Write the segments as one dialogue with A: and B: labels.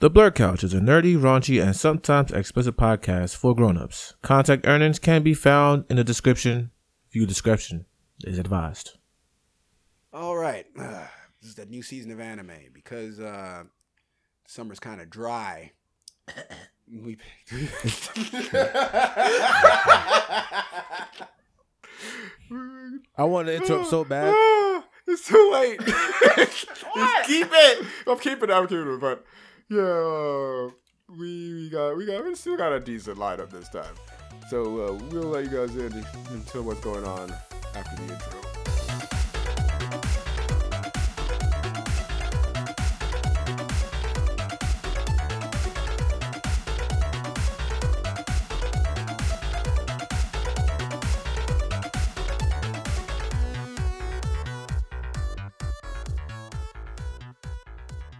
A: The Blur Couch is a nerdy, raunchy, and sometimes explicit podcast for grown-ups. Contact earnings can be found in the description. View description is advised.
B: All right. this is that new season of anime because uh, summer's kind of dry. we
C: I want to interrupt so bad.
B: it's too late. Just keep it. I'm keeping it. I'm keeping it. But yeah, uh, we we got we got we still got a decent lineup this time. So uh, we'll let you guys in until what's going on after the intro.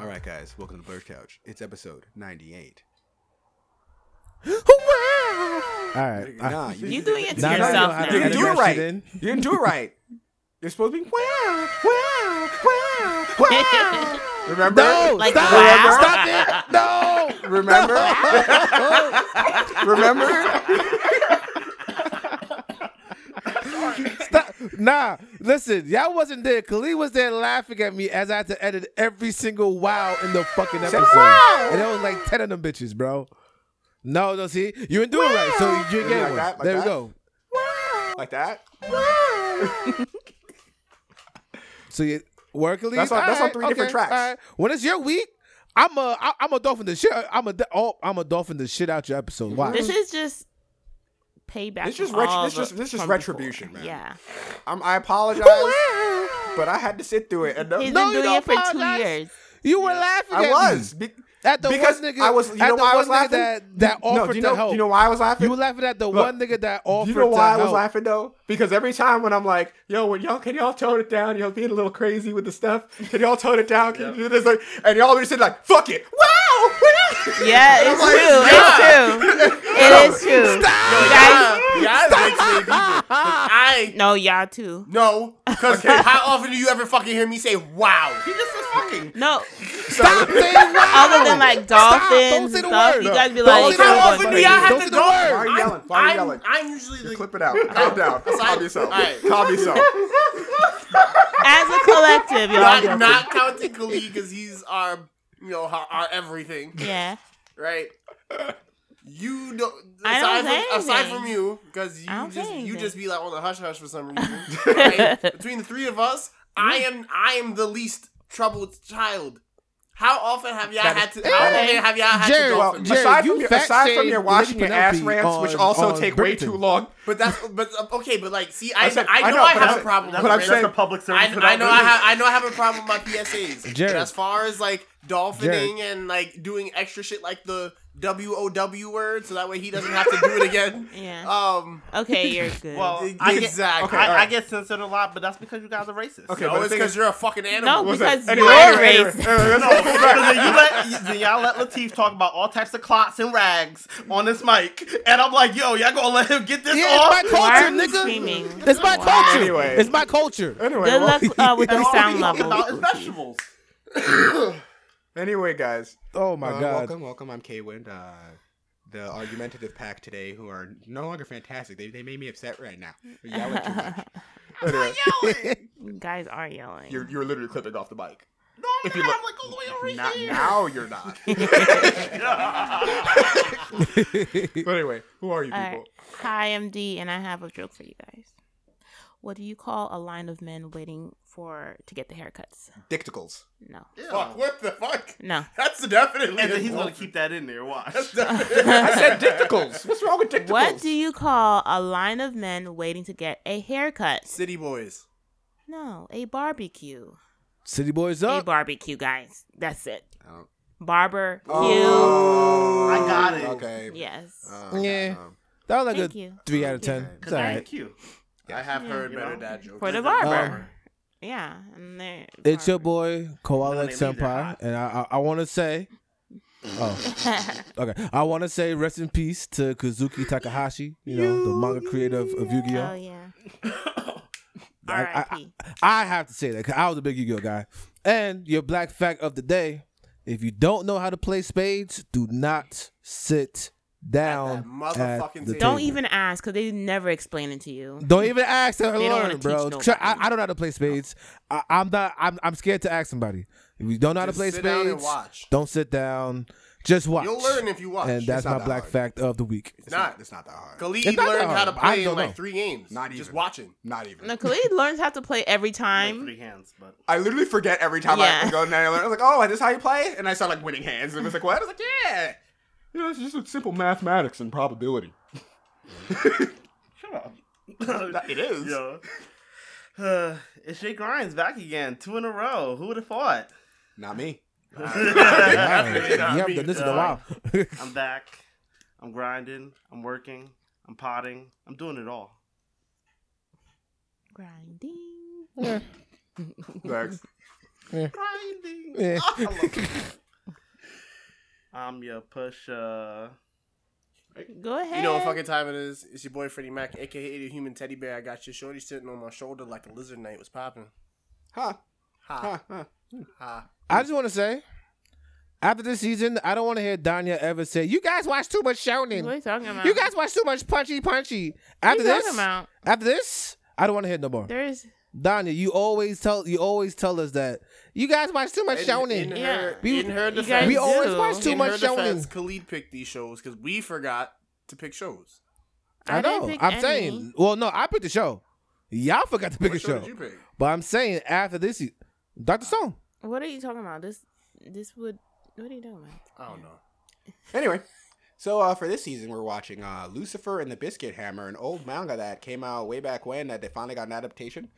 B: All right, guys, welcome to the Bird Couch. It's episode 98.
C: All right. I-
B: Nah,
D: You doing it to
C: Uh, Nah, nah,
D: yourself
C: nah, nah,
D: now.
B: You
C: nah,
B: didn't do it
C: Editing that
B: right.
C: shit
B: You didn't do it right. You're supposed to be wow, wow, wow, wow. Remember?
C: No,
D: Like,
C: stop,
D: wow.
C: stop it. No.
B: Remember? Remember?
C: Stop. Nah, listen, y'all wasn't there. Khalid was there laughing at me as I had to edit every single wow in the fucking episode.
B: wow.
C: And there was like 10 of them bitches, bro. No, no, see, you didn't do it right. So you didn't get
B: Maybe like
C: one.
B: that, like
C: there
B: that.
C: we go.
B: Like that?
C: So you work Khalid?
B: That's on- that's on
C: Alright,
B: three different tracks.
C: alright. When it's your week, I'm a I- I'm a dolphin the shit. I'm a do- oh, I'm a dolphin the shit out your episode. Why?
B: Mm-hmm.
D: This is just payback.
B: This just
D: from
B: retri-
D: all
B: this
D: the-
B: just- this just
D: from before.
B: retribution, man.
D: Yeah,
B: I'm, I apologize, but I had to sit through it. And no,
D: he's
C: No, you
D: been doing it for
C: don't apologize.
D: two years.
C: you were laughing.
B: I
C: at
B: was.
C: me.
B: Be-
C: At the
B: because
C: one nigga,
B: I was, you
C: at
B: know
C: the
B: why I
C: one
B: was
C: nigga
B: laughing?
C: That, that
B: No, do
C: offered
B: you know,
C: to help.
B: Do you know why I was laughing?
C: You were laughing at the
B: Look,
C: one nigga that
B: Do
C: offered
B: you know
C: to
B: why I was
C: help.
B: laughing though? Because every time when I'm like, yo, when y'all can y'all tone it down, y'all being a little crazy with the stuff. Can y'all tone it down? Can you do this? Like, and y'all be sitting like, fuck it. Wow!
D: Yeah, it's
B: like,
D: true. It's true. It is true. You guys-
E: Yeah, I like seeing people. 'Cause I
D: no, y'all too.
E: no, because how often do you ever fucking hear me say "Wow"? He just says "fucking."
D: No,
C: Stop saying wow.
D: other than like
C: Stop. Don't
D: dolphins
C: say
D: and
C: the
D: stuff,
C: word.
D: you guys be
C: Don't
D: like,
C: say the
E: How
C: word.
D: "Oh,
E: often
C: Don't
E: do
C: say
E: y'all
C: the
E: have
C: word.
E: to
C: Don't say the word.
B: Why are
E: go?
B: you yelling? Why are you yelling?
E: I'm, I'm usually the
B: Clip it out. Calm down. Calm yourself.
E: Alright.
B: Calm yourself.
D: as a collective, y'all.
E: Not,
D: do.
E: not counting Khalid because he's our, you know, our, our everything,
D: Yeah,
E: right? You don't.
D: I
E: aside,
D: don't say
E: from, aside
D: anything.
E: from you, because you
D: I don't say
E: just you
D: anything.
E: just be like on the hush hush for some reason. right? Between the three of us, I am I am the least troubled child. How often have y'all
B: That is-
E: had to? How
D: that is-
E: often have y'all had
C: Jerry,
E: to?
B: Well,
E: Dolphin?
C: Jerry,
B: aside
C: you
B: from your,
C: fat
B: aside from
C: shamed
B: your watching
C: Lady
B: your ass
C: Penelope
B: rants, which
C: on-
B: also
C: on
B: take way
C: Britain.
B: too long.
E: But that's but okay, but like, see, I I,
B: I said- I
E: know,
B: know,
E: I
B: but
E: have
B: I'm-
E: a problem.
B: but
E: with
B: I'm
E: random-
B: saying-
F: public
E: I,
F: without
E: I know I
F: doing
E: have I know I have a problem with my PSAs.
C: Jared.
E: But as far as like dolphining
C: Jared.
E: and like doing extra shit like the W O W word, so that way he doesn't have to do it again.
D: yeah.
E: Um,
D: Okay, you're good.
F: Well,
E: e-
F: I get,
E: exactly.
B: okay,
F: I,
B: alright.
F: I get censored a lot, but that's because you guys are racist.
B: Okay, but the
E: no, oh, it's
B: thing
E: because
B: is-
E: you're a fucking
D: no,
E: animal.
B: What was
D: because
B: that? Anyway,
D: you're
B: anyway, anyway,
D: racist.
B: anyway, let's go.
F: No, because then you let then y'all let Latif talk about all types of clots and rags on this mic, and I'm like, yo, y'all gonna let him get this
C: Yeah,
F: off?
C: it's my
D: Why are
C: culture,
D: you screaming?
C: nigga. It's my culture.
B: Anyway.
C: It's my culture.
B: Anyway,
D: Good
B: well-
D: luck uh, with
F: And
D: your
F: all we
D: sound
F: talk about is
D: level.
F: vegetables.
B: anyway, guys.
C: Oh my
B: Uh,
C: god.
B: Welcome, welcome. I'm Kay Wind. Uh, the argumentative pack today, who are no longer fantastic. They, they made me upset right now. You're yelling too much. Anyway,
D: You guys are yelling.
B: you're, you're literally clipping off the mic.
F: No, I'm
B: If you
F: not.
B: look-
F: I'm like all the way over
B: Not
F: here.
B: now, you're not. but anyway, who are you
D: All
B: people?
D: right. Hi, I'm D, and I have a joke for you guys. What do you call a line of men waiting for to get the haircuts?
B: Dicticles.
D: No,
E: Fuck, what the fuck?
D: no.
E: That's definitely.
F: And then he's
E: a
F: gonna
E: dolphin.
F: keep that in there. Watch.
B: I said dicticles. What's wrong with dicticles?
D: What do you call a line of men waiting to get a haircut?
E: City boys.
D: No, a barbecue.
C: City boys
D: A
C: up.
D: barbecue, guys. That's it.
B: I don't-
D: Barber.
B: Oh,
F: I got it.
B: Okay.
D: Yes.
B: Uh,
C: Yeah.
B: um,
C: That was like
D: Thank
C: a
D: you.
C: three out of ten.
D: Thank
C: It's all right.
F: Thank you.
E: I have
D: Yeah.
E: heard
F: You
E: better
F: know?
E: dad jokes.
D: For the
E: Than
D: barber.
C: Um,
D: yeah. And they're
C: It's your
D: barber.
C: boy Koala
F: When they leave, they're
C: Senpai,
F: hot.
C: and I I, I want to say, oh, okay, I want to say rest in peace to Kazuki Takahashi, you know, the manga creator of, of
D: oh
C: Yu-Gi-Oh.
D: yeah.
C: I- I-
D: R.I.P.
C: I have to say that because I was a big Yu-Gi-Oh guy, and your black fact of the day If you don't know how to play spades, do not sit down. at
E: At that motherfucking
C: the
E: table.
D: Don't
C: table.
D: even ask because they never explain it to you.
C: Don't even ask to
D: don't wanna
C: learn,
D: teach
C: bro.
D: nobody.
C: Tr- I, I don't know how to play spades. I, I'm not. I'm, I'm scared to ask somebody. If you don't know how to
E: Just
C: play
E: sit
C: spades,
E: down and watch.
C: don't sit down. Just watch.
E: You'll learn if you watch.
C: And that's
E: It's Oh,
C: my
E: not that
C: black
E: hard.
C: fact of the week.
E: It's not.
G: It's not that hard.
E: Khalid
C: It's not that
E: learned how to
C: hard. I
E: play in
C: don't
E: like
C: know.
E: three games.
G: Not
E: Just
G: even.
E: watching.
G: Not even.
D: No, Khalid learns how to play every
F: Like
D: time.
F: three hands, but
G: I literally forget every time I
D: Yeah.
G: go in there. I learn- I was like, "Oh, is this how you play?" And I start like winning hands, and it was like, "What?" I was like, "Yeah." You know, it's just like, simple mathematics and probability.
F: shut up.
G: It is.
F: Yo. Uh, it's Jake Ryan's back again, two in a row. Who would have thought?
G: Not me.
C: Wow.
F: I'm
C: you haven't done this in a while.
F: back. I'm grinding. I'm working. I'm potting. I'm doing it all.
D: Grinding.
G: Thanks.
F: Grinding.
C: Yeah.
F: Ah, I love it. I'm your uh, pusher.
D: Go ahead.
E: You know what fucking time it is? It's your boy Freddie Mac, aka the human teddy bear. I got your shorty sitting on my shoulder like a lizard night was popping.
G: Huh.
E: Ha.
G: Huh. Huh.
E: Ha.
C: I just want to say, after this season, I don't want to hear Danya ever say, "You guys watch too much
D: What are
C: Shonen.
D: you talking about?
C: You guys watch too much punchy punchy."
D: What are
C: After
D: you talking
C: this,
D: about?
C: after this, I don't want to hear no more.
D: There's
C: Danya, you always tell you always tell us that you guys watch too much
E: In, in,
C: Shonen.
E: her,
C: We-
E: in her
D: you
E: defense,
D: guys
C: We always
D: do.
C: watch too
E: in
C: much
E: her
C: shonen.
E: defense, Khalid picked these shows because we forgot to pick shows.
C: I,
D: didn't
C: know.
D: pick
C: I'm
D: any.
C: saying. Well, no, I picked the show. Y'all forgot to pick
E: What
C: a show,
E: did you pick?
C: but I'm saying after this, you- Dr. Stone.
D: What are you talking about? This this would. What are you talking about?
E: I don't know.
G: Anyway, so uh, for this season, we're watching uh, Lucifer and the Biscuit Hammer, an old manga that came out way back when that they finally got an adaptation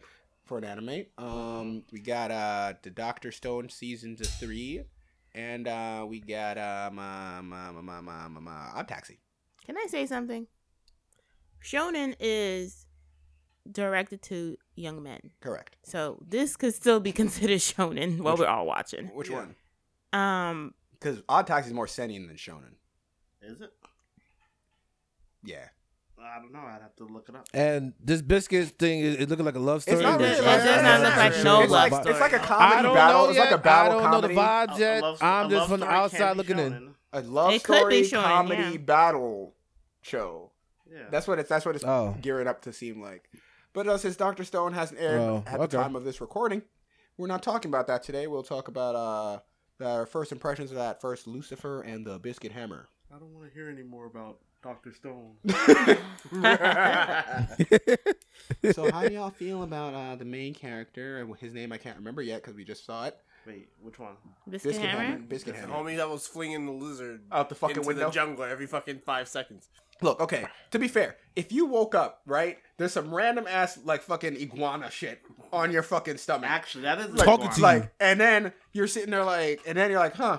G: for an anime. Um, we got uh, the Doctor Stone season to three, and uh, we got um, um, um, um, um, um, um, uh, I'm Taxi.
D: Can I say something? Shonen is directed to young men,
G: Correct.
D: so this could still be considered shonen while we're all watching.
G: Which
F: Yeah.
G: one?
D: Um,
G: Because Odd Taxi is more seinen than shonen.
F: Is it?
G: Yeah.
F: I don't know. I'd have to look it up.
C: And this biscuit thing is it looking like a love story.
G: It's not
D: It
G: really.
D: does- it does not look like no
G: it's
D: love
G: like,
D: story.
G: It's like a
F: I
G: comedy
C: I don't
G: battle.
C: know
G: It's
C: yet.
G: like a battle
C: I don't
G: comedy.
C: know the vibes
F: A- a
C: yet.
F: love-
C: I'm
F: a
C: just
F: love
C: from the
F: story can
C: outside
F: be
C: looking in.
F: shonen.
G: A love
D: It could
G: story
D: be shonen,
G: comedy
D: yeah.
G: battle show.
F: Yeah.
G: That's what it's. That's what it's
C: Oh.
G: gearing up to seem like. But uh, since Doctor Stone hasn't aired
C: Oh,
G: at the
C: okay.
G: time of this recording, we're not talking about that today. We'll talk about uh, our first impressions of that first Lucifer and the Biscuit Hammer.
F: I don't want to hear any more about Doctor Stone.
G: so how do y'all feel about uh, the main character? And His name I can't remember yet because we just saw it.
F: Wait, which one?
D: Biscuit, Hammer.
G: Biscuit
E: The
G: Hammer.
E: homie that was flinging the lizard
G: Out the fucking
E: into
G: window?
E: the jungle every fucking five seconds.
G: Look, okay. To be fair, if you woke up right, there's some random ass like fucking iguana shit on your fucking stomach.
F: Actually, that is
G: like,
C: Talking to you.
G: like, and then you're sitting there like, and then you're like, huh,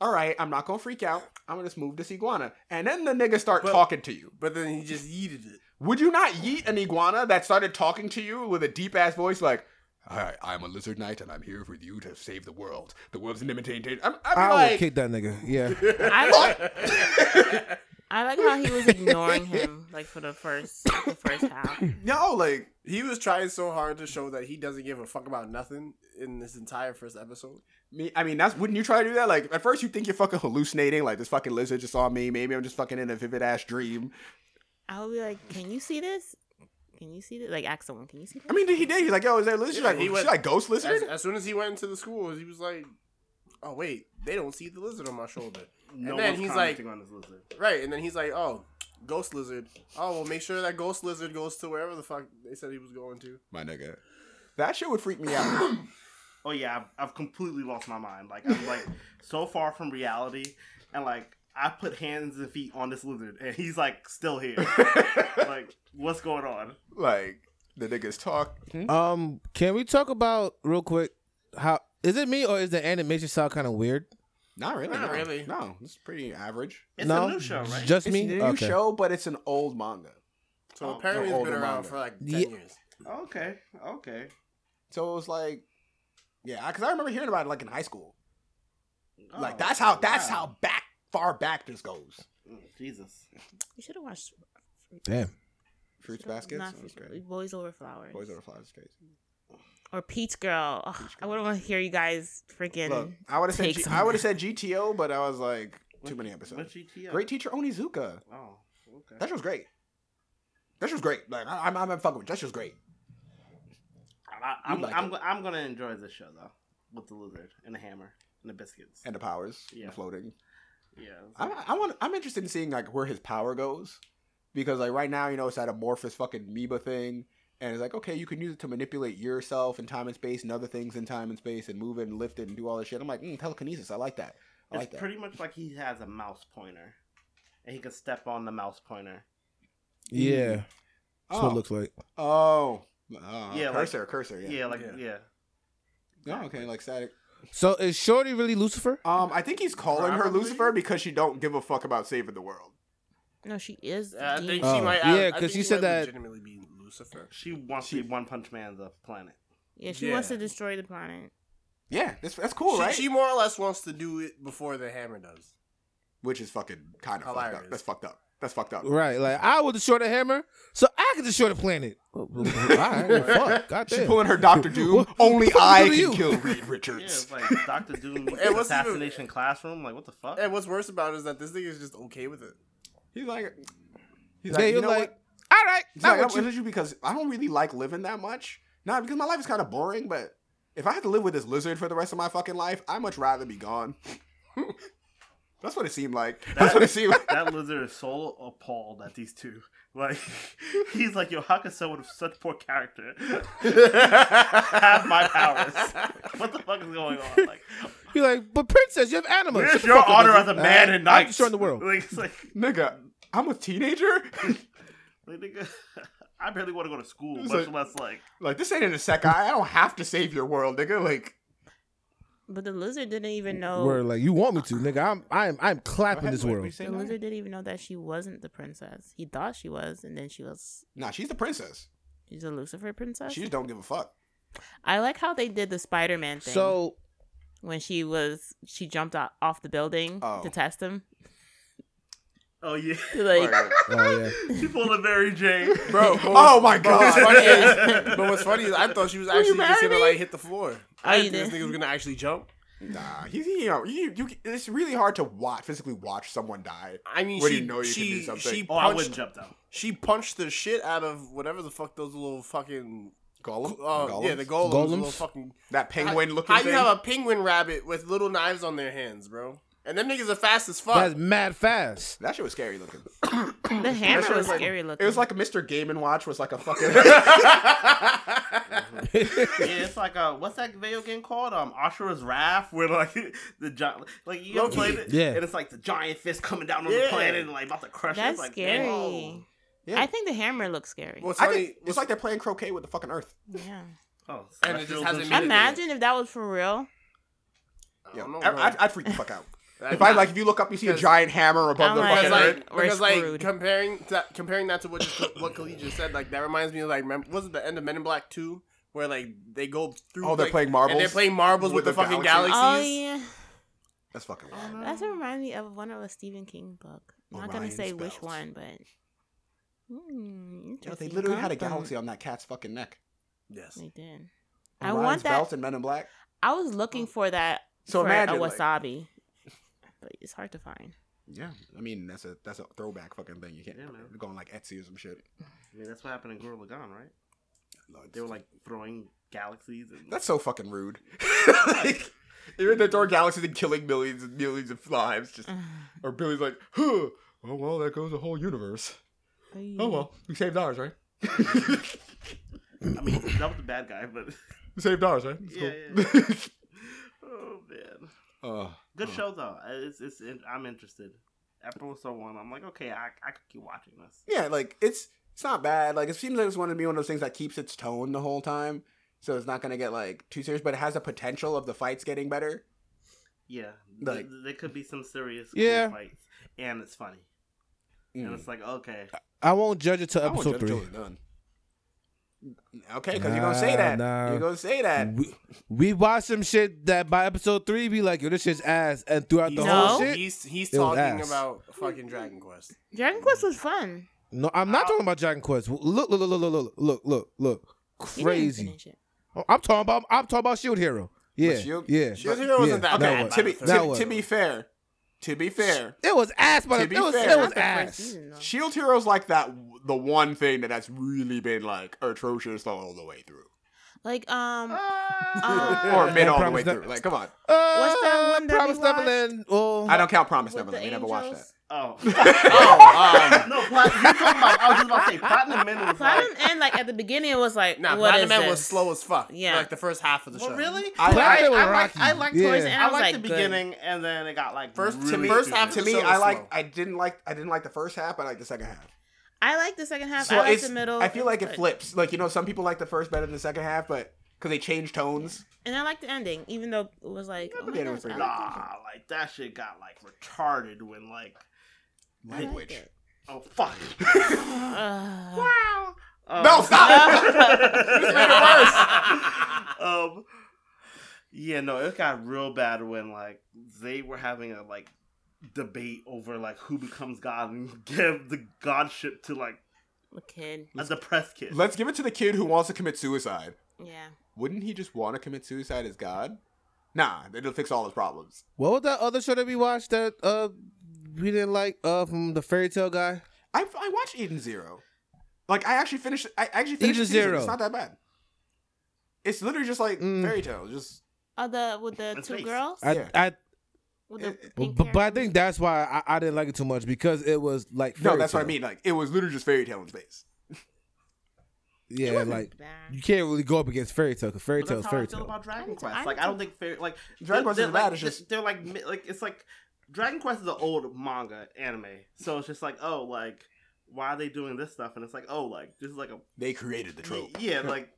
G: all right, I'm not gonna freak out. I'm gonna just move this iguana, and then the niggas start
E: But-
G: talking to you.
E: But then he just yeeted it.
G: Would you not yeet an iguana that started talking to you with a deep ass voice like? Hi, I'm a lizard knight, and I'm here with you to save the world. The world's an imitated. I'm, I'm
C: I would
G: like,
C: kick that nigga. Yeah.
D: I like, I like how he was ignoring him like for the first the first half.
E: No, like he was trying so hard to show that he doesn't give a fuck about nothing in this entire first episode.
G: me. I mean, that's wouldn't you try to do that? Like, at first you think you're fucking hallucinating, like this fucking lizard just saw me. Maybe I'm just fucking in a vivid ass dream.
D: I would be like, "Can you see this? Can you see this?" Like, ask someone, "Can you see this?"
G: I mean, he did. He's like, yo, is there a lizard? She's
E: Yeah,
G: like,
E: he
G: she
E: went-
G: like ghost
E: As,
G: lizard?
E: as soon as he went into the school, he was like, "Oh wait, they don't see the lizard on my shoulder."
F: No
E: and then
F: one's
E: he's like,
F: commenting on this lizard.
E: "Right," and then he's like, "Oh, ghost lizard. Oh well, make sure that ghost lizard goes to wherever the fuck they said he was going to."
G: My nigga, that shit would freak me out.
F: Oh yeah, I've, I've completely lost my mind. Like I'm like so far from reality, and like I put hands and feet on this lizard, and he's like still here. like what's going on?
G: like the niggas talk.
C: Um, can we talk about real quick how is it me or is the animation style kind of weird?
G: Not really.
E: Not
G: no.
E: really.
G: No, it's pretty average.
F: It's
C: no,
F: a new show, right?
C: Just
G: It's
C: me.
G: a new
C: okay.
G: show, but it's an old manga.
E: So
F: Oh,
E: apparently,
G: no,
E: it's been
G: older
E: around
G: manga.
E: for like ten
C: Yeah.
E: years.
F: okay, okay.
G: So it was like, yeah, because I remember hearing about it like in high school.
F: Oh,
G: like that's
E: Oh,
G: how that's
F: wow.
G: how back far back this goes.
F: Mm, Jesus.
D: you should have watched.
C: Damn.
G: Fruits
D: Should've-
G: baskets.
D: not
G: That was
D: Fruits-
G: great.
D: Boys over flowers.
G: Boys over flowers is crazy.
D: or Pete's girl. Ugh, I wouldn't want to hear you guys freaking.
G: Look, I would have said
D: Take
G: G-
D: some-
G: I would have said GTO, but I was like too many
F: What's
G: episodes.
F: GTO?
G: Great teacher Onizuka.
F: Oh, okay.
G: That show's great. That show's great. Like I, I'm I'm fucking with. That show's great.
F: I, I'm,
G: You like
F: I'm,
G: it.
F: go- I'm gonna enjoy this show though, with the lizard and the hammer and the biscuits.
G: And the powers,
F: Yeah.
G: the floating.
F: yeah,
G: I, I want. I'm interested in seeing like where his power goes, because like right now, you know, it's that amorphous fucking amoeba thing, and it's like okay, you can use it to manipulate yourself in time and space and other things in time and space and move it and lift it and do all this shit. I'm like mm, telekinesis. I like that. I
F: it's
G: like that.
F: pretty much like he has a mouse pointer, and he can step on the mouse pointer.
A: Yeah, that's what
G: Oh.
A: it looks like.
G: Oh. Uh,
F: Yeah, like-
G: cursor, cursor,
F: Yeah,
G: yeah.
F: like yeah.
G: Oh, okay, like static.
A: So is Shorty really Lucifer?
G: Um, I think he's calling her
E: Probably.
G: Lucifer because she don't give a fuck about saving the world.
D: No, she is.
E: Uh, I
D: the
E: think
D: demon.
E: she
A: Oh,
E: might.
A: yeah,
E: I- I
A: 'cause
E: think
A: you
E: she
A: said
E: might
A: that-
E: Legitimately, be Lucifer.
F: She wants to be One Punch Man's the planet.
D: yeah, she
E: yeah.
D: wants to destroy the planet.
G: Yeah, that's, that's cool,
E: she,
G: right?
E: she more or less wants to do it before the hammer does.
G: Which is fucking kind of fucked
E: Hilarious.
G: up. That's fucked up. That's fucked up.
A: Right, like I would destroy the hammer, so I could destroy the planet. All right, well, fuck,
G: She
A: goddamn.
G: pulling her Doctor Doom.
A: What- what
G: Only
A: the fuck
G: I
A: do
G: can
A: you?
G: kill Reed
F: Yeah,
G: Richards.
F: it's like Doctor Doom meets
E: And what's even-
F: assassination classroom. Like what the fuck?
E: And what's worse about it is that this nigga is just okay with it.
G: He's like,
A: Yeah,
G: he's like, you
A: you're
G: know
A: like,
G: what?
A: all right,
G: He's
A: not
G: like,
A: what
G: I'm
A: you.
G: with you because I don't really like living that much. Not because my life is kind of boring, but if I had to live with this lizard for the rest of my fucking life, I much rather be gone. That's what it seemed like. That's what it seemed like.
F: that lizard is so appalled at these two. Like he's like, yo, how could someone with such poor character have my powers? What the fuck is going on? Like,
A: You're like, but princess, you have animals. Shut
F: where's
A: the
F: your
A: fuck up,
F: honor as
A: lizard.
F: a man
A: Alright,
F: and knight?
A: I'm destroying the world.
F: Like, it's like,
G: Nigga, I'm a teenager?
F: like, nigga, I barely want to go to school,
G: It's
F: much
G: like-
F: less like.
G: like, this ain't in a sec. I I don't have to save your world, nigga. Like,
D: But the lizard didn't even
G: Oh.
D: know.
A: Where like you want me to, nigga? I'm I'm I'm clapping this world.
D: the lizard didn't even know that she wasn't the princess. He thought she was, and then she was.
G: Nah, she's the princess.
D: She's a Lucifer princess.
G: She just don't give a fuck.
D: I like how they did the Spider-Man thing.
A: So
D: when she was, she jumped o- off the building
G: Oh.
D: to test him.
F: Oh yeah,
D: Like,
A: oh yeah.
F: she pulled a Mary Jane.
E: Bro, but
G: Oh my
E: Bro, what's
G: god.
E: funny is, but what's funny is I thought she was actually just gonna like hit the floor. I
D: you
E: didn't think
D: did.
E: this nigga was gonna actually jump.
G: nah, he, he, you know, you, you, it's really hard to watch, physically watch someone die.
E: I mean,
G: When
E: she
G: you know you can
E: she
G: do something.
E: she
F: Oh, I wouldn't
E: punched
F: jump though.
E: she punched the shit out of whatever the fuck those little fucking
G: Gollum?
E: uh, yeah the golems,
A: Golems?
E: little fucking
G: that penguin looking
E: how
G: thing.
E: you have a penguin rabbit with little knives on their hands, bro? And them niggas are fast as fuck.
A: That's mad fast.
G: that shit was scary looking.
D: the
G: That
D: hammer
G: shit
D: was
G: like-
D: scary looking.
G: It was like a Mr. Game and Watch was like a fucking.
F: Yeah, it's like uh, what's that video game called? Um, Ashura's Wrath, where like the giant, like you ever
E: Loki.
F: played it?
A: Yeah.
F: and it's like the giant fist coming down on the
E: Yeah.
F: planet and like about to crush it.
D: That's
F: It's like,
D: scary.
F: Oh,
G: Yeah.
D: I think the hammer looks scary.
E: What's
G: I
E: funny?
G: think it's like they're playing croquet with the fucking earth.
D: yeah.
F: oh
E: And it just
F: celestials
E: hasn't
F: and
E: been-
F: shit.
D: Imagine if that was for real.
E: I
G: Yeah,
E: don't know,
G: I,
E: bro.
G: I'd, I'd freak the fuck out.
E: That's
G: If I
E: not-
G: like, if you look up, you see a
E: Because-
G: giant hammer above
D: I'm
G: the
D: like-
G: fucking
E: because
G: earth.
E: like,
D: We're
E: because, like,
D: screwed.
E: comparing that comparing that to what just what Khalid just said, like that reminds me of like remember, was it the end of Men in Black Two where like they go through
G: Oh, they're
E: like,
G: playing
E: and they're
G: marbles
E: playing marbles
G: with
E: with,
G: the
E: the fucking
G: galaxies?
E: galaxies.
D: Oh yeah,
G: That's fucking
D: Oh
G: wild.
D: that's what reminds me of one of a Stephen King book. I'm not gonna
G: Orion's
D: say which
G: Oh, Belt.
D: one, but Hmm,
G: Yo, they
D: interesting
G: literally had a
D: concept.
G: galaxy on that cat's fucking neck.
E: Yes.
D: They did. I
G: Orion's
D: want that.
G: belt and Men in Black.
D: I was looking for that
G: So
D: for
G: imagine,
D: a
G: like-
D: wasabi, but it's hard to find.
G: Yeah, I mean that's a that's a throwback fucking thing. You can't
F: Yeah, man.
G: go on like Etsy or some shit.
F: I mean, that's what happened in Gorilla Gone, right?
G: No, it's-
F: They were like throwing galaxies and
G: that's so fucking rude. like, they're in the dark galaxies and killing millions and millions of lives.
D: Mm.
G: Just or Billy's like, huh. Oh well, there goes the whole universe.
D: Mm.
G: Oh well, we saved ours, right?
F: I mean, that was the bad guy, but
G: We saved ours, right? It's
F: yeah,
G: cool.
F: yeah. oh man,
G: Uh,
F: good show though. It's it's it, I'm interested. After so one, I'm like, okay, I I could keep watching this.
G: yeah, like it's it's not bad. Like it seems like it's one to be one of those things that keeps its tone the whole time, so it's not gonna get like too serious. But it has the potential of the fights getting better.
F: Yeah,
G: Like-
F: there, there could be some serious
A: Yeah.
F: cool fights, and it's funny,
G: Hmm.
F: and
G: Mm.
F: it's like, okay,
A: I won't judge it till
G: I won't
A: episode
G: judge
A: three.
G: till it's done. Okay, because you're gonna say
A: Nah,
G: that.
A: nah.
G: You're gonna say that.
A: We, we watched some shit that by episode three be like, yo, this shit's ass, and
C: Oh,
A: throughout the
D: No.
A: whole shit.
E: he's he's
A: It was
E: talking
A: ass.
E: about fucking Dragon Quest.
D: Dragon Quest was fun.
A: No, I'm not talking about Dragon Quest. Look, look, look, look, look, look, look, look, look.
D: You didn't
A: Crazy.
D: finish it.
C: Oh, I'm talking about I'm talking about Shield Hero. Yeah,
G: Shield-
C: yeah.
G: Shield
C: but-
G: Hero wasn't
C: yeah,
G: that bad.
C: one.
G: To be,
C: That
G: to,
C: one.
G: to be fair, to be fair,
C: It was ass, but
G: To
C: it
G: be
C: was
G: fair-
C: it
G: Not
C: was
D: the first
C: ass.
D: season, though.
G: Shield Hero's like that. The one thing that that's really been like atrocious all the way through,
D: Like um,
G: or
D: um
G: mid all the
C: Promise
G: way
C: Ne-
G: through. Like, come on,
D: What's that
C: Uh,
D: one that we
C: Promised
D: watched?
C: Neverland. Oh,
G: I don't count Promise
D: with
G: Neverland.
D: the
G: We never watched that.
D: angels?
F: Oh.
E: Oh, um,
F: no, plat- you talking about, I was just about to say, Platinum Men was like,
D: Platinum and like at the beginning it was like
E: nah,
D: what
E: Platinum
D: is
E: Man was
D: this?
E: slow as fuck.
D: Yeah.
E: Yeah, like the first half of the
F: well,
E: show.
F: really?
G: I-
F: I,
C: Platinum
F: I,
C: was
F: like,
C: rocky.
F: I liked
C: Yeah.
F: towards the end.
D: I
F: I, liked
D: like
F: the
D: good.
F: beginning, and then it got like
E: First- to
F: really
E: me- first
F: stupid.
E: half
G: To
E: The
G: me,
E: show
G: I
E: was
G: like
E: slow.
G: I didn't like I didn't like the first half. I like the second half.
D: I like the second half.
G: So
D: I like
G: it's-
D: the middle.
G: I feel like it
D: but-
G: flips. Like you know, some people like the first better than the second half, but because they change tones.
D: and I like the ending, even though it was like oh my
G: beginning was
D: gosh, I
G: pretty
D: like
F: Nah, like that shit got like retarded when like
D: the- I like it.
F: oh fuck.
D: Ugh. Oh.
F: Um,
G: No, stop!
F: This
G: made it worse.
F: Um, yeah, no, it got real bad when like they were having a like debate over like who becomes god and give the godship to like
D: the kid.
F: a depressed kid.
G: Let's give it to the kid who wants to commit suicide.
D: Yeah.
G: Wouldn't he just want to commit suicide as God? Nah, it'll fix all his problems.
C: What was that other show that we watched that uh we didn't like uh from the fairy tale guy?
G: I I watched Eden Zero. Like I actually finished. I actually finished
C: Eden
G: the season.
C: Zero.
G: It's not that bad. It's literally just like
C: Mm.
G: fairy tale. Just
D: Oh, the with the
F: That's
D: two
F: nice.
D: girls.
C: I
G: Yeah.
C: I
D: with the
G: it- it-
D: pink
C: but, but I
D: hair.
C: think that's why I, I didn't like it too much because it was like
G: no,
C: fairy
G: that's what I
C: tale.
G: mean. Like it was literally just fairy tale in space.
C: Yeah, like
D: Bad.
C: you can't really go up against fairy tale because fairy
F: But
C: tale
F: that's
C: is
F: how I
C: fairy
F: feel
C: tale.
F: about Dragon
D: Dragon-
F: Quest.
D: I
F: Like I
D: don't
F: don't think fair, like
G: Dragon Quest
F: they're,
G: isn't
F: like,
G: bad, it's just-
F: they're like mi- like it's like Dragon Quest is an old manga anime, so it's just like oh like why are they doing this stuff? And it's like oh like this is like a
G: They created the trope.
F: yeah like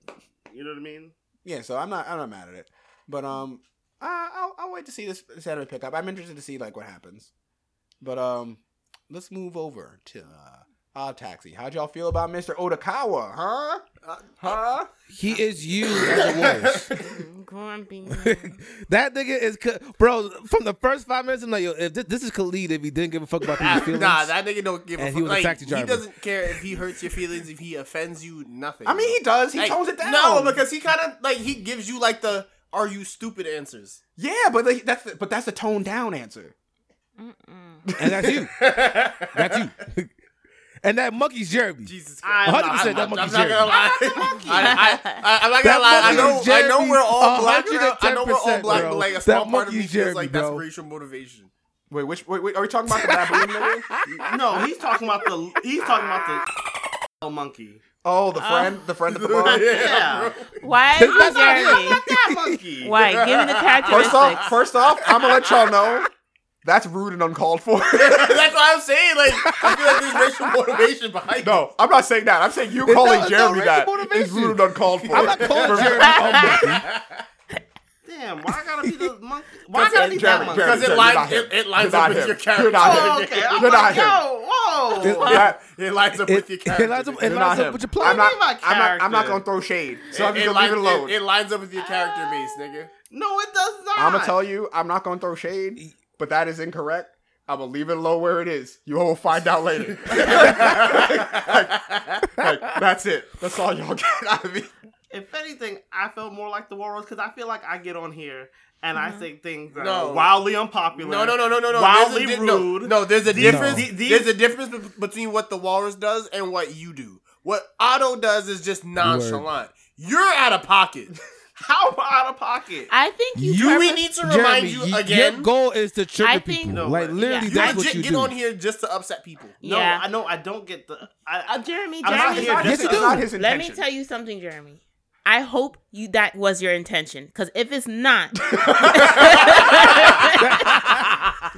F: you know what I mean.
G: yeah, so I'm not I'm not mad at it, but um, I, I'll I'll wait to see this, this anime pick up. I'm interested to see like what happens, but um, let's move over to uh, Odd Taxi. How'd y'all feel about Mr. Otakawa? Huh? Uh, huh?
C: He is you as it was.
D: Mm, grumpy.
C: that nigga is Ka- bro from the first five minutes. I'm like, yo, if this, this is Khalid, if he didn't give a fuck about
E: Nah,
C: these feelings,
E: nah, that nigga don't give a
C: And
E: fuck.
C: he was a
E: like,
C: taxi driver.
E: He doesn't care if he hurts your feelings, if he offends you, nothing.
G: I mean, he does. He
E: Like,
G: tones it down.
E: No, because he kind of like he gives you like the "Are you stupid?" answers.
G: yeah, but like, that's the, but that's a toned down answer.
D: Mm-mm.
C: and that's you, that's you, and that monkey's Jeremy.
E: Jesus Christ.
F: I- I'm
C: 100
F: not-
C: percent that
E: I'm,
C: monkey's
E: not
C: Jeremy.
E: gonna lie. I, I, I, I'm not
C: That
E: gonna lie. I
C: monkey
E: know,
C: is
E: I know we're all black.
C: 110%,
E: I know we're all black,
C: bro.
E: but like a small
C: That
E: part of me
C: monkey's
E: feels
C: Jeremy,
E: like that's
C: bro.
E: racial motivation.
G: Wait, which wait, wait are we talking about the baboon nigga?
F: No, he's talking about the he's talking about the monkey.
G: Oh, the friend, the friend of the bar.
F: Yeah,
D: Why are you
C: That's not him.
D: Jeremy?
F: that monkey.
D: Why? Give me the characteristics.
G: First off, first off, I'm gonna let y'all know that's rude and uncalled for.
E: that's what I'm saying. Like, I feel like there's racial motivation behind. it.
G: No, I'm not saying that. I'm saying you
C: It's
G: calling
C: not- it's
G: Jeremy
C: not
G: that
C: racial
G: is
C: motivation.
G: rude and uncalled for.
C: I'm not calling
G: For-
C: Jeremy a monkey.
F: Damn, why I gotta be the monkey? Why I gotta be
G: Jeremy,
F: that monkey?
G: Jeremy,
E: because it
G: you're
E: lines
G: not him.
E: it, it
G: You're
E: lines
G: not
E: up
G: him.
E: with your character.
G: You're not him.
F: Oh, okay. I'm
G: You're not
F: like,
G: him.
F: yo, whoa.
G: That-
E: It lines up with your
C: It,
E: character.
C: it lines up, it
G: you're
C: lines
G: not
C: up
G: him.
C: with your
G: I'm
C: plot.
G: not,
F: Give me my
G: I'm not, I'm not
F: character.
G: gonna throw shade, so I'm
E: it,
G: just gonna
E: lines,
G: leave it alone.
E: It, it lines up with your character base, nigga.
F: No, it does not.
G: I'm gonna tell you, I'm not gonna throw shade, but that is incorrect. I'm gonna leave it alone where it is. You all will find out later. like, like, that's it. That's all y'all get out of me.
F: If anything, I felt more like the Warlords because I feel like I get on here and
C: Mm-hmm.
F: I say things that
E: No.
F: are wildly unpopular.
E: No, no, no, no, no, no.
F: Wildly
E: There's a di- no,
F: rude.
E: No, there's a difference.
F: the- the-
E: There's a difference be- between what the walrus does and what you do. What Otto does is just nonchalant. You're out of pocket.
F: How am I out of pocket?
D: I think you.
E: You-
D: purpose-
E: we need to remind you again.
C: Your goal is to trigger
D: I think-
C: people.
F: No,
C: like
F: but-
C: literally,
D: yeah.
E: You
C: that's what
E: legit
C: you
E: get
C: do.
E: on here just to upset people.
F: no,
D: yeah.
F: I know I don't get the. I,
D: Uh, Jeremy,
F: I'm not
D: Jeremy,
F: here.
C: Yes,
G: That's
C: you
G: that's
C: do.
G: not his
D: Let
G: intention.
D: me tell you something, Jeremy. I hope you that was your intention, because if it's not,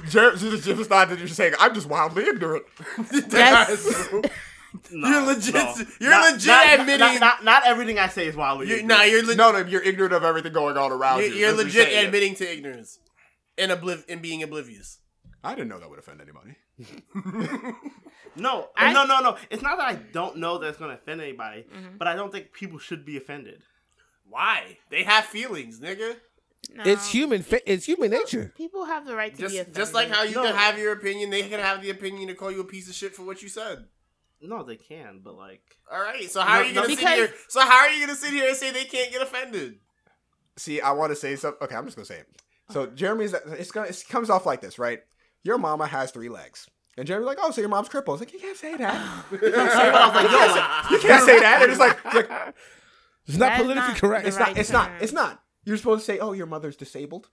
G: Jer- Jer- Jer- it's not that you're saying I'm just wildly ignorant.
D: That's-
F: no,
E: You're legit- you're legit admitting-
F: Not, not, not everything I say is wildly.
E: you
F: rude.
E: nah, you're le-
G: no, no, you're ignorant of everything going on around
E: you're,
G: you.
E: you're
G: That's what
E: legit
G: saying.
E: admitting to ignorance and obliv- and being oblivious.
G: I didn't know that would offend anybody.
F: No,
D: I-
F: no, no, no. It's not that I don't know that it's going to offend anybody,
C: Mm-hmm.
D: Mm-hmm.
F: but I don't think people should be offended.
E: Why? They have feelings, nigga.
D: No.
C: It's human. Fa- it's human nature.
D: People have the right to be
E: Just
D: offended.
E: just like how you
F: No.
E: can have your opinion, they can have the opinion to call you a piece of shit for what you said.
F: No, they can, but like
E: All right. So how
F: No,
E: are you
F: no.
E: gonna sit
D: Because-
E: here? So how are you gonna sit here and say they can't get offended?
G: See, I want to say something. Okay, I'm just gonna say it. So Jeremy's it's gonna it comes off like this, right? Your mama has three legs, and Jeremy's like, "Oh, so your mom's crippled?" It's like you can't say that. You can't say that. I was like, yo, like, you can't say that. And it's like, it's, like,
C: It's not
D: That's
C: politically
D: not
C: correct.
D: the
G: it's
C: It's
D: right-
G: not. It's not.
D: term.
G: It's not. You're supposed to say, "Oh, your mother's disabled."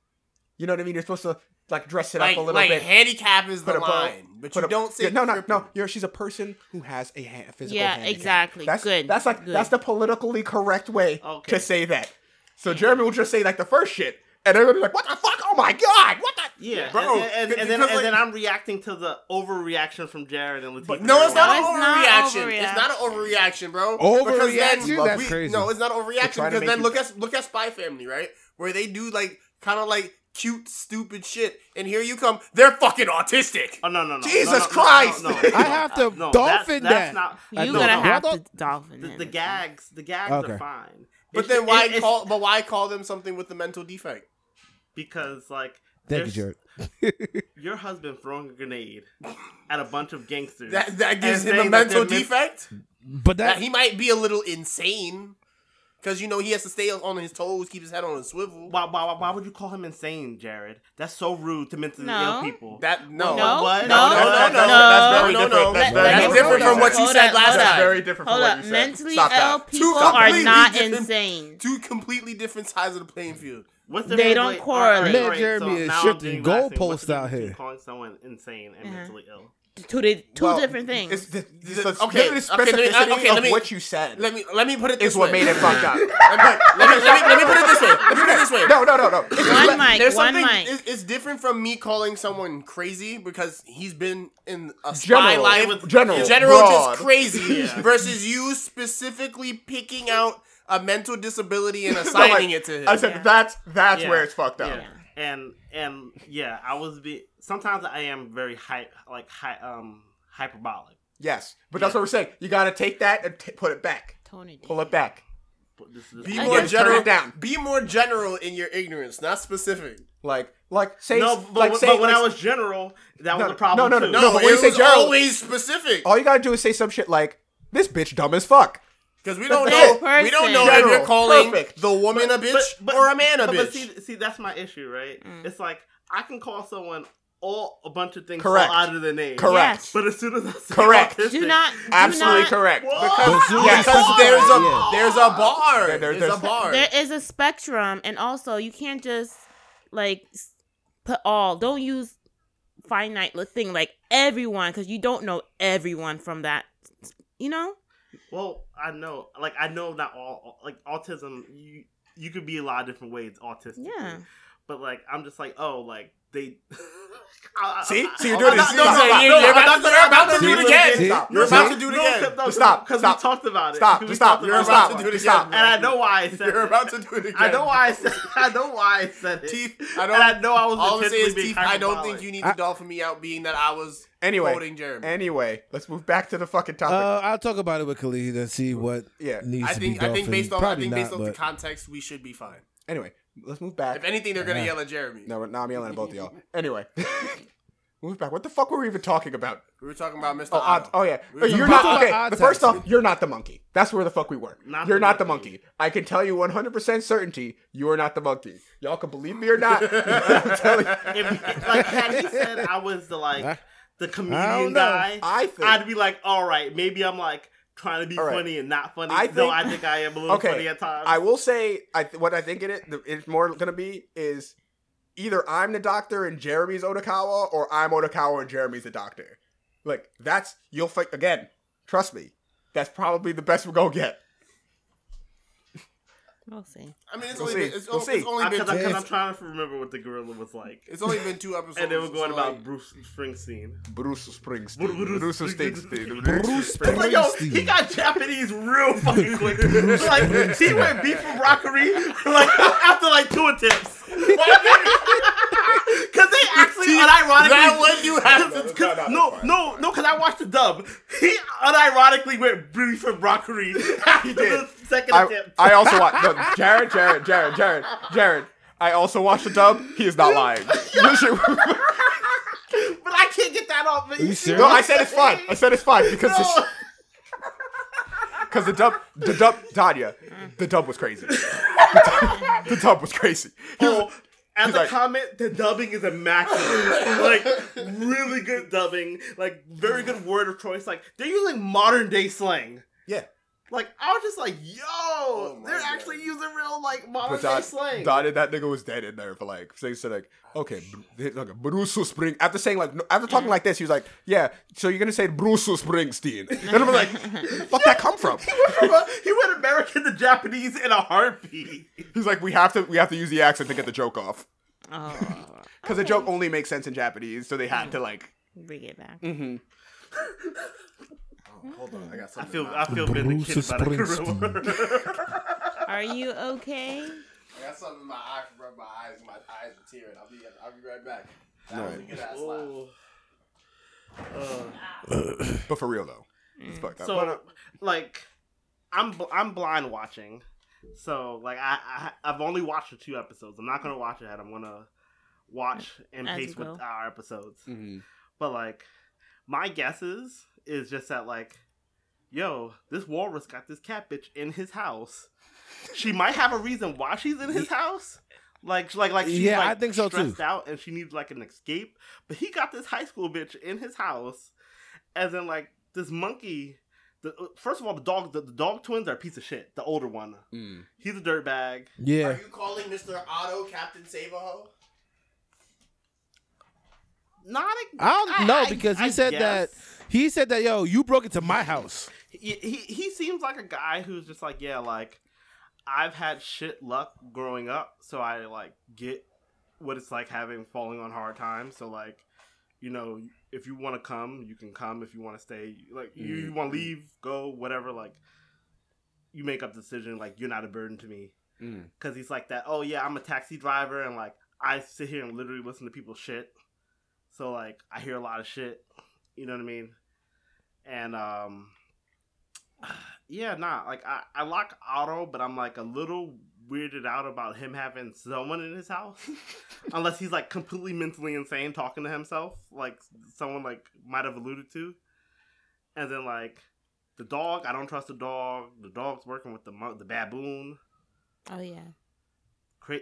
G: You know what I mean? You're supposed to like dress it
E: Like,
G: up a little
E: like
G: bit.
E: handicap is the
G: Put a bow-
E: line, but you
G: put a-
E: don't say
G: yeah, no, no, no.
E: crippled.
G: You're, she's a person who has a ha- physical.
D: Yeah,
G: handicap.
D: exactly.
G: That's
D: Good,
G: That's like
D: good.
G: that's the politically correct way
F: Okay.
G: to say that. So Jeremy will just say like the first shit, and they're gonna be like, "What the fuck? Oh my god! What the
F: yeah,
E: Bro,
F: and, and, and,
E: because,
F: then
E: like-
F: and then I'm reacting to the overreaction from Jared and Latifah.
E: But no, it's not
D: No,
E: an
D: it's not
E: overreaction. It's not an overreaction, bro.
C: Overreaction? That's
E: we-
C: crazy.
E: No, it's not an
G: They're
E: overreaction
G: trying to
E: because
G: make
E: then
G: you-
E: look at look at Spy Family, right? Where they do like kind of like cute, stupid shit, and here you come. They're fucking autistic.
G: Uh,
F: Oh no no no!
G: Jesus
F: no, no, no,
G: Christ.
F: No, no, no, no,
C: I have to
F: no,
C: dolphin
F: that's, that's
C: that.
F: Not,
C: I know.
D: You're
F: no,
D: gonna
F: no,
D: have
C: Hold
D: to
C: on.
D: dolphin
F: the,
D: it.
F: the gags. The gags
C: Okay.
F: are fine.
E: But
F: It's-
E: then
F: it-
E: why
F: it's
E: call? But why call them something with the mental defect?
F: Because like
C: Thank you,
F: there's-
C: Jared.
F: Your husband throwing a grenade at a bunch of gangsters.
E: That that gives
F: And
E: him a
F: saying that
E: mental
F: they're mis-
E: defect.
C: But
E: That
C: that
E: he might be a little insane, because you know he has to stay on his toes, keep his head on a swivel.
F: why, why, why- why would you call him insane, Jared? That's so rude to mentally
D: No.
F: ill people.
E: That no,
D: No,
F: What?
D: no,
E: Oh, no, no,
D: no,
E: no,
G: that's very
E: no,
G: different.
E: no.
G: That's
D: Let-
G: very
D: let
E: That's
D: me-
E: different from what you
D: hold
E: said
D: up,
E: last
D: hold
E: time.
D: up.
G: Very different from
D: Hold
G: what
D: up,
G: you said.
D: mentally
G: Stop that.
D: ill
G: Two
D: people are
E: completely
D: not
E: different-
D: insane.
E: two completely different sides of the playing field.
F: What's the
D: They
F: difference-
D: don't
F: wait,
D: correlate.
F: alright,
C: Man,
F: alright,
C: Jeremy is
F: now I'm
C: shifting
F: doing my thing. What's
C: goalposts
F: the
C: out
F: difference
C: here.
F: between Calling someone insane and
D: Uh-huh.
F: mentally ill.
D: Two, di- two
G: Well,
D: different things.
G: It's the, it's
E: The-
G: the
E: okay,
G: specificity
E: okay, let me- uh, okay,
G: of
E: let me-
G: what you said
E: Let me let me put it this
G: is what
E: way.
G: made it fucked up.
E: Let me, let, me, let, me, let me put it this way. Let me put it this way.
G: No, no, no, no. It's
D: one mic,
E: There's
D: one
E: something.
D: mic.
E: It's, it's different from me calling someone crazy because he's been in a spy
G: General.
E: life with
G: General.
E: general
G: Broad.
E: just crazy versus you specifically picking out a mental disability and
G: No, like,
E: assigning it to him.
G: I said
D: Yeah.
G: that's that's
F: Yeah.
G: where it's fucked up.
F: Yeah. And and yeah, I was be sometimes I am very hype like hy- um hyperbolic.
G: Yes, but that's what we're saying. You gotta take that and t- put it back.
D: Tone it
G: Pull
D: down.
G: it back.
F: But this is
E: be
D: I
E: more
D: guess-
E: general.
G: Turn it down.
E: Be more general in your ignorance, not specific.
G: Like, like say,
F: no, but,
G: like
F: but
G: say,
F: when
G: like,
F: I was general, that
G: No,
F: was a problem.
G: no, no,
F: too.
E: No,
G: No, but when you
E: it
G: say
E: was
G: general- Oh,
E: always specific.
G: all you gotta do is say some shit like, "This bitch dumb as fuck."
E: Because we don't know,
D: That
E: we don't
D: person.
E: know if
G: General.
E: you're calling
G: Perfect.
E: the woman a bitch or a man a
F: but-
E: bitch.
F: but see, see, that's my issue, right?
D: Mm.
F: It's like I can call someone all a bunch of things
G: Correct.
F: all out of their name.
G: Correct.
D: Yes.
F: But as soon as I say
G: Correct.
F: autistic,
D: Do not.
G: Absolutely
D: do not,
G: correct.
F: What?
G: Because
C: But
G: yes,
E: because there's a
C: Yeah.
E: there's a bar.
G: There- there-
E: there's,
G: there's-
E: a bar.
D: There is a spectrum, and also you can't just like s- put all. Don't use finite li- thing like everyone because you don't know everyone from that. You know.
F: Well, I know, like I know, not all like autism. You you could be a lot of different ways autistic.
D: Yeah.
F: But like I'm just like oh like they. I- I-
G: See?
F: I-
G: See, you're
F: I'm
G: doing
F: not-
G: this.
F: no,
G: Stop,
F: no,
G: stop, stop,
F: no, no,
G: stop, stop, stop, stop, stop, stop.
E: You're
F: I'm not- I'm not doing it again.
G: See?
E: about to do it
F: No,
E: again.
F: no, no,
G: Stop,
F: Because we
G: stop.
F: talked about it.
G: Stop,
F: We
G: stop,
F: talked
G: you're
F: about
G: about
F: it.
G: to do it Stop.
F: And I know why I said.
E: You're
F: it.
E: about to do it again.
F: I know why I said. I know why I said it.
E: Teeth, I
F: I
E: don't-
F: don't. And I know I was.
E: All I'm saying is,
F: intentionally being
E: Keith, I don't
F: hyperbolic.
E: think you need to dolphin me out, being that I was
G: Anyway.
E: quoting Jeremy.
G: Anyway, let's move back to the fucking topic.
C: uh, I'll talk about it with Khalid and see what
G: Yeah.
C: needs
E: I
C: to be
E: think
C: done.
E: I think
C: for-
E: based on I
C: probably
E: think based
C: not,
E: on the
C: but-
E: context, we should be fine.
G: anyway, let's move
E: If
G: back.
E: anything, they're gonna
C: Yeah.
E: yell at Jeremy.
G: No, now I'm yelling at both of y'all. Anyway, move back. What the fuck were we even talking about?
E: We were talking about Mr.
G: Oh, odds.
E: Otto.
G: oh yeah.
E: We were
G: you're
E: talking
G: not
C: about
G: okay.
C: odd
G: The first
C: types.
G: off, you're not the monkey. That's where the fuck we were.
F: Not
G: you're
F: the
G: not the
F: monkey.
G: monkey. I can tell you 100% certainty you are not the monkey. Y'all can believe me or not. I'm telling you.
F: if like had he said I was the like the comedian
C: know.
F: guy,
G: I think-
F: I'd be like, all right, maybe I'm like trying to be
G: All right.
F: funny and not funny.
G: I
F: I
G: think-
F: Though I think I am a little funny
G: Okay.
F: at times.
G: I will say I th- what I think it is the- it's more going to be is either I'm the doctor and Jeremy's Odakawa or I'm Odakawa and Jeremy's the doctor. Like that's you'll fi- again. Trust me. That's probably the best we're going to get.
D: We'll see.
E: I mean, it's
G: We'll
E: only
G: see.
E: been, it's,
G: We'll
E: o- it's
G: see.
E: only
F: because
E: been
F: I'm,
E: two,
F: 'cause I'm trying to remember what the gorilla was like,
E: it's only been two episodes.
F: and they were
E: so,
F: going about
E: like,
F: Bruce Springsteen.
G: Bruce Springsteen.
F: Bruce
G: Bruce
F: Springsteen.
G: Springsteen.
C: Bruce
F: It's like, yo, he
C: Springsteen.
F: got Japanese real fucking quick. like, he went beef from rockery like after like two attempts. Because they actually, unironically,
E: that one you have to.
G: No, no,
F: Cause,
G: no,
F: no, no, no, because I watched the dub. He unironically went brief from Rockery after the second
G: I,
F: attempt.
G: I also watch no, Jared, Jared, Jared, Jared, Jared. I also watched the dub. He is not lying. You should-
F: but I can't get that off. Are
C: you serious?
G: no, I said it's fine. I said it's fine because
F: No.
G: it's, because the dub, the dub, Tanya, the dub was crazy. The dub, the dub was crazy. He was-
F: Oh, as a
G: like-
F: comment, the dubbing is immaculate. like really good dubbing. Like very good word of choice. Like they're using modern day slang.
G: yeah,
F: Like I was just like, yo,
E: Oh my
F: they're
E: God.
F: actually using real like modern
G: but
F: day
G: Don,
F: slang.
G: Don and that nigga was dead in there for like. So he said like, okay, br- they- like Bruce Spring. After saying like, no- after talking like this, he was like, yeah. So you're gonna say Bruce Springsteen? And I'm like, where the fuck that come from?
F: He went- he went American to Japanese in a heartbeat.
G: He's like, we have to, we have to use the accent to get the joke off
D: Oh,
G: because the joke only makes sense in Japanese, so they had to like.
D: bring it back.
E: Hold on, I got
F: I
E: something.
F: feel
E: in my-
F: I feel vindicated
A: Bruce
F: about a gorilla.
A: Springsteen.
D: Are you okay?
E: I got something in my eye from rubbing my eyes, and my eyes are tearing. I'll be, I'll be right back. That was a good ass laugh.
F: Oh. Uh,
G: But for real though, it's fucked up. uh,
F: so like i'm bl- i'm blind watching so like I, I i've only watched the two episodes i'm not gonna watch it i'm gonna watch and
D: As
F: pace
D: you
F: with
D: go.
F: our episodes
E: Mm-hmm.
C: Mhm.
F: but like my guesses is just that like yo this walrus got this cat bitch in his house she might have a reason why she's in his house like like like she's
C: Yeah,
F: like
C: I think so, too.
F: stressed out and she needs like an escape but he got this high school bitch in his house as in like this monkey the, uh, first of all the dog the, the dog twins are a piece of shit the older one
C: Mm.
F: he's a dirtbag
C: Yeah.
E: Are you calling Mr. Otto Captain Save a Ho?
F: not a,
C: I don't know because he
F: I
C: said that
F: guess.
C: he said that yo, you broke into my house.
F: he, he he seems like a guy who's just like yeah like i've had shit luck growing up so i like get what it's like having falling on hard times so like you know if you want to come you can come if you want to stay like you, you want to leave go whatever like you make up the decision like you're not a burden to me
C: Mm.
F: because he's like that oh yeah i'm a taxi driver and like i sit here and literally listen to people's shit so like i hear a lot of shit you know what i mean and um yeah, nah. Like I, I like Otto, but I'm like a little weirded out about him having someone in his house. Unless he's like completely mentally insane talking to himself, like someone like might have alluded to. And then like the dog, I don't trust the dog. The dog's working with the mon- the baboon.
D: Oh yeah.
F: Cra-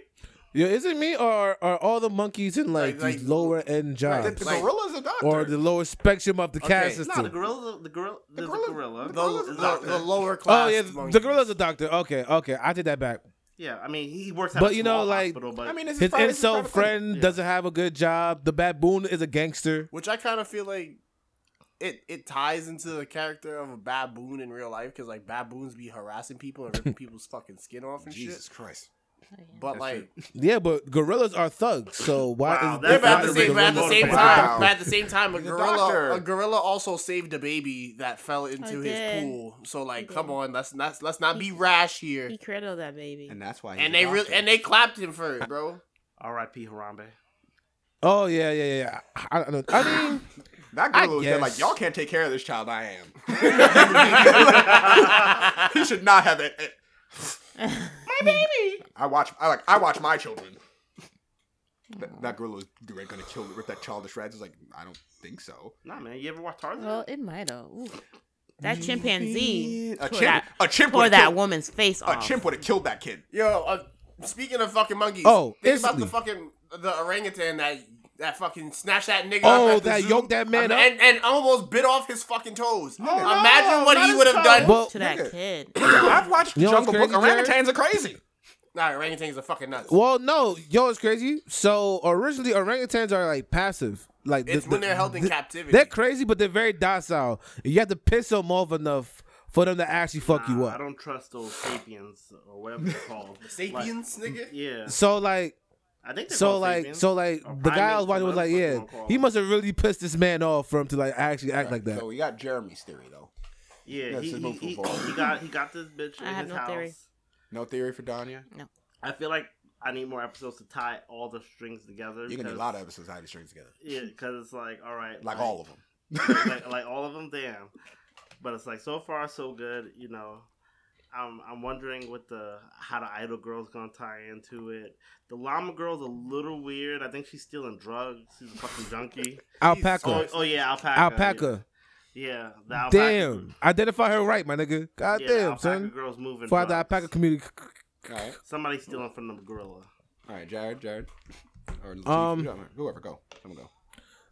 C: Yo, is it me or are all the monkeys in like,
E: Like-
C: these
E: like-
C: lower end jobs
G: the, the
E: Like-
G: gorilla's a doctor.
C: or the lower spectrum of the caste
E: Okay.
C: system?
F: no, the gorilla, the gorilla, the
G: gorilla-
F: gorilla.
G: the
E: The,
G: gorilla's a
E: the,
G: doctor.
E: the lower
C: oh
E: class.
C: yeah, the
E: monkeys.
C: gorilla's a doctor. Okay, okay, I take that back.
F: yeah, I mean he works at
C: But
F: a
C: you know,
F: small
C: like-
F: hospital, but
G: I mean, this is
C: His
G: Friday- this is
C: incel
G: Friday Funny.
C: friend
F: Yeah.
C: doesn't have a good job. The baboon is a gangster.
E: Which I kind of feel like it it ties into the character of a baboon in real life because like baboons be harassing people and ripping people's fucking skin off and shit.
G: Christ.
D: Oh, yeah.
E: But like,
C: Yeah, but gorillas are thugs. So why
F: Wow,
C: is
F: that's-
E: yeah, but at
C: why
E: the
C: is
E: same, but at
C: gorilla
E: the same
C: a
E: time,
C: doctor?
E: but at the same time, a
G: He's a doctor.
E: gorilla, a gorilla also saved a baby that fell into his
D: did.
E: pool. So like,
D: Oh, He
E: come
D: did.
E: on, let's not let's not be rash here.
D: He cradled that baby.
B: And that's why. he's
E: And
B: a
E: they
B: doctor.
E: really and they clapped him for it, bro.
F: R.I.P. Harambe.
C: Oh yeah, yeah, yeah, yeah. I, I, don't- I mean,
G: That gorilla was there
C: guess.
G: like, y'all can't take care of this child. I am. he should not have it. it-
D: My baby.
G: I watch. I like. I watch my children. That, that gorilla was dude, gonna kill rip that child to shreds. It's like I don't think so.
F: Nah, man, you ever watch Tarzan?
D: Well, it might have. Ooh. That chimpanzee
G: A
D: tore
G: chimp.
D: that,
G: A chimp
D: tore
G: would
D: that
G: that.
D: woman's face
G: A
D: off.
G: chimp would have killed that kid.
E: Yo, uh, speaking of fucking monkeys,
C: Oh,
E: think about the
C: instantly.
E: fucking the orangutan that that fucking snatched that nigga.
C: Oh,
E: up at the
C: that
E: zoo
C: yoked that man
E: and,
C: up?
E: and and almost bit off his fucking toes.
G: no,
E: Imagine what
G: not
E: he
G: his
E: would have
G: toes.
E: done.
C: well,
D: to that
G: Nigga.
D: kid.
G: I've watched
C: You know what's
G: Jungle Book.
C: crazy, Jared?
G: Orangutans are crazy.
E: Nah, orangutans are fucking nuts.
C: well, no, yo, it's crazy. So originally, orangutans are like passive. Like
E: it's
C: the-
E: when
C: the-
E: they're held in
C: the-
E: captivity.
C: They're crazy, but they're very docile. You have to piss them off enough for them to actually fuck you
F: Nah, I
C: up.
F: don't trust those sapiens or whatever they're called.
E: Sapiens,
F: Like,
E: nigga.
F: yeah.
C: So like,
F: I think they're
C: so
F: called
C: like,
F: sapiens.
C: so like,
F: Or
C: the guy I
F: primates,
C: was watching was
F: whatever
C: like,
F: the fuck you
C: yeah,
F: wanna call
C: he
F: them.
C: must have really pissed this man off for him to like actually act like that.
B: So we got Jeremy's theory though.
F: yeah,
B: That's
F: he,
B: the
F: he,
B: move
F: he,
B: forward.
F: he got he got this bitch
D: I
F: in
D: have
F: his
D: no
F: house.
D: theory.
B: No theory for Danya.
F: I feel like I need more episodes to tie all the strings together.
B: You're gonna
F: because,
B: need a lot of episodes how to string together,
F: yeah, because it's like all right,
B: like all of them.
F: them, like, like all of them, damn. But it's like so far so good, you know. I'm I'm wondering what the how the idol girl's gonna tie into it. The llama girl's a little weird. I think she's stealing drugs. She's a fucking junkie.
C: Alpaca,
F: Oh, oh yeah, alpaca. yeah.
C: alpaca.
F: Yeah, the alpaca-
C: Damn. Identify her right, my nigga. God
F: yeah, the
C: damn,
F: alpaca
C: son.
F: Girls moving.
C: For the
F: drugs.
C: alpaca community.
B: All right,
F: Somebody stealing from the gorilla.
B: all right, Jared, Jared, or Lateef,
C: Um,
B: whoever- whoever, go, someone go.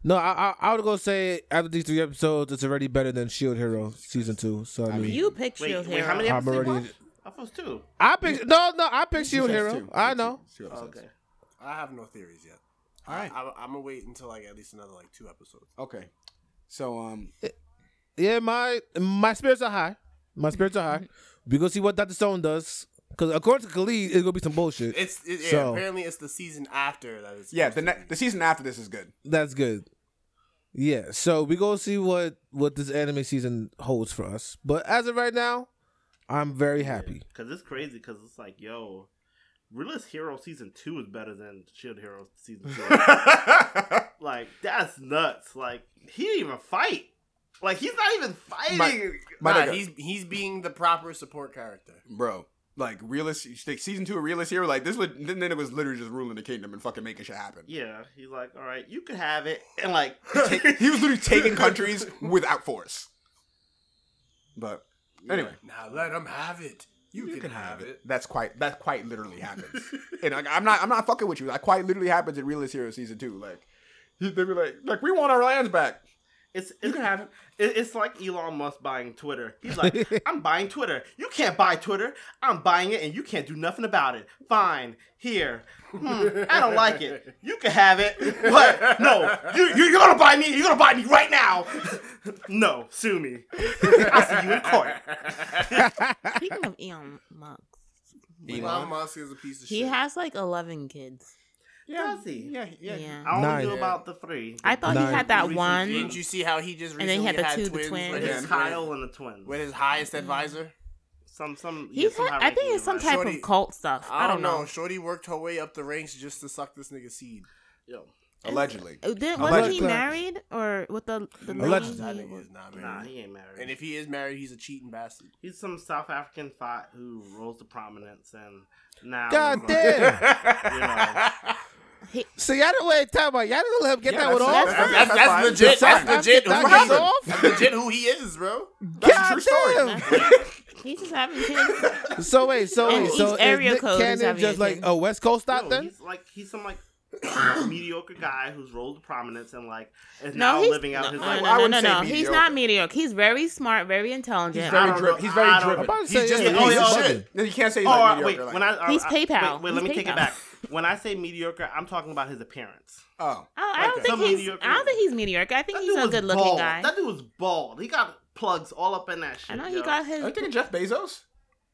C: No, I, I, I would go say after these three episodes, it's already better than Shield Hero season two. So I mean,
D: You pick
F: Wait,
D: Shield
F: wait,
D: Hero.
F: how many
C: I'm
F: episodes? you
C: already-
F: watched? I thought it was two.
C: I pick no, no, I pick
B: Two
C: Shield
B: sets,
C: Hero.
B: two.
C: I
B: Two-
C: know.
B: two episodes.
F: Okay.
E: I have no theories yet.
B: All right.
E: I, I'm gonna wait until like at least another like two episodes.
B: Okay. So um,
C: Yeah, my my spirits are high. My spirits are high. We gonna see what Doctor Stone does. Cause according to Khalid, it's gonna be some bullshit.
E: It's it, yeah,
C: So-
E: apparently it's the season after that is.
B: yeah, the ne- the season after this is good.
C: That's good. Yeah, so we gonna see what what this anime season holds for us. But as of right now, I'm very happy.
F: Because it's crazy. Because it's like, yo, Realist Hero season two is better than Shield Hero season two. like that's nuts. Like he didn't even fight. Like he's not even fighting.
B: My
E: Nah,
B: nigga.
E: he's he's being the proper support character.
B: bro. Like realist, like season two of realist hero. Like this, would, then it was literally just ruling the kingdom and fucking making shit happen.
F: yeah, he's like, all right, you can have it, and like
B: Take- he was literally taking countries without force. But anyway,
E: Now let him have it. You, can, have it.
B: That's quite that quite literally happens. and like, I'm not I'm not fucking with you. That quite literally happens in Realist Hero season two. Like they be like, like we want our lands back.
F: it's, it's you can have it. It's like Elon Musk buying Twitter. He's like, I'm buying Twitter. You can't buy Twitter. I'm buying it, and you can't do nothing about it. Fine, here. Hmm, I don't like it. You can have it, but no, you, you you're gonna buy me. You're gonna buy me right now. no, sue me. I'll see you in court.
D: Speaking of Elon Musk,
E: Elon Musk is a piece of
D: he
E: shit.
D: has like 11 kids.
F: Does he?
B: Yeah, yeah.
D: Yeah.
F: I only
C: Nice.
F: knew about the three.
D: I thought
C: Nine.
D: he had that
F: Recent
D: one.
E: Didn't you see how he just
D: And then he
E: recently
D: had the two, the
E: twins,
D: twins.
E: With,
F: It is
E: his,
F: Kyle and the twins.
E: with his highest advisor?
F: Some some. yeah,
D: He's
F: some
D: had, I
F: high-ranking
D: think it's some
F: advisor.
D: type
E: Shorty-
D: of cult stuff. I don't, know.
E: Shorty worked her way up the ranks just to suck this nigga seed.
F: Yo,
B: Allegedly.
D: Uh, Did, wasn't
B: Allegedly.
D: he married or with the the lady
C: Allegedly.
D: he-
E: That nigga is not
F: nah,
E: married.
F: he ain't married.
E: and if he is married, he's a cheating bastard.
F: He's some South African thought who rose to prominence and now.
C: God
F: is, like,
C: damn.
F: You know,
C: so y'all don't wait time about y'all don't let him get that one off.
D: that's-
E: That's, that's
B: fine.
C: That's-
E: legit. That's,
C: that's-
E: legit.
C: that's
E: who
C: what
E: he is.
C: happened.
E: That's legit who he is, bro.
B: That's
C: God
B: a true story.
C: damn.
D: He's just having kids.
C: So wait, so
D: And
C: wait,
D: each
C: so
D: area
C: is Nick
D: code is
C: Cannon
D: having
C: just
D: a
C: like
D: thing.
C: a West Coast
F: No,
C: stop then?
F: he's like he's some like mediocre guy who's rolled to prominence and like is now
D: No, he's
F: living out
D: no,
F: his
D: no,
B: I
F: life.
D: no, no,
B: wouldn't
D: no,
B: say
D: no. He's
B: mediocre.
D: not mediocre. He's very smart, very intelligent.
B: He's
F: I
B: very
F: don't
B: driven.
F: know.
B: He's
F: I
B: very
F: don't
B: driven.
F: know.
C: I'm about to
B: He's
C: say,
B: just
C: yeah,
B: oh,
C: he's
B: yeah,
C: bugging.
B: shit. You can't say he's
F: Or
B: like
F: Oh, uh, wait,
B: mediocre.
F: when
B: like,
F: I I-
D: He's
F: I-
D: PayPal.
F: Wait, wait let
D: He's
F: me take it
D: PayPal.
F: back. When I say mediocre, I'm talking about his appearance.
B: oh,
D: Oh, I don't
F: Okay. Some
D: think he's.
F: mediocre-
D: I don't think he's mediocre. I think
F: That
D: he's
F: dude
D: a
F: was
D: good-looking
F: bald.
D: guy.
F: That dude was bald. He got plugs all up in that shit.
D: I know
F: yo.
D: he got his.
B: are you thinking Jeff Bezos?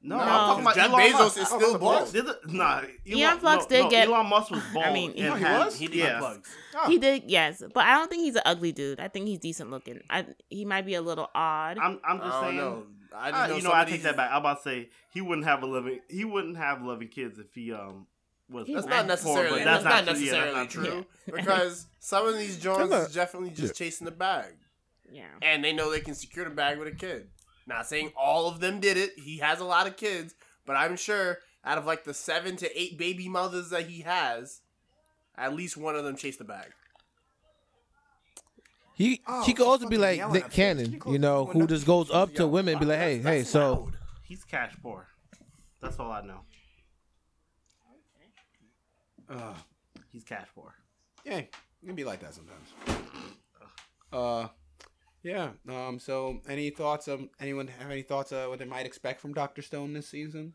F: No,
D: No.
F: I'm talking about
E: Jeff
F: Elon
E: Bezos
F: Musk.
E: is
B: Oh,
E: still
B: the
E: bald.
F: Did the- nah,
D: Elon Musk did
F: no,
D: get-
F: Elon Musk was bald.
D: mean,
F: and
D: No, he
F: had-
B: was? Oh.
E: He did
F: yeah.
E: have plugs.
G: Oh.
D: He did, yes, but I don't think he's an ugly dude. I think he's decent looking. I he might be a little odd.
F: I'm, I'm just
E: I don't
F: saying.
E: know. I just
F: Uh,
E: know
F: you know, I
E: somebody
F: take
E: who-
F: that back. I'm about to say he wouldn't have eleven. He wouldn't have eleven kids if he um was.
D: He's
E: That's
D: Right.
E: not necessarily.
F: But
E: That's,
F: that's
E: not,
F: not true. Yeah, that's
E: necessarily
F: not true.
E: true because some of these Johns
C: Come on.
E: is definitely just chasing the bag,
D: yeah.
E: and they know they can secure the bag with a kid. Not saying all of them did it. He has a lot of kids, but I'm sure out of like the seven to eight baby mothers that he has, at least one of them chased the bag.
C: He
B: Oh,
C: he could also
B: fucking
C: be like
B: yelling
C: Nick
B: at me.
C: Cannon,
B: She
C: you know,
B: closed the
C: who
B: window.
C: just goes up to
B: Yo,
C: women and be like, hey, hey, so
F: He's cash poor. That's all I know.
B: Uh,
F: He's cash poor.
B: yeah, it can be like that sometimes. Uh, yeah. Um. So, any thoughts? Um. Anyone have any thouts? Uh, what they might expect from Doctor Stone this season?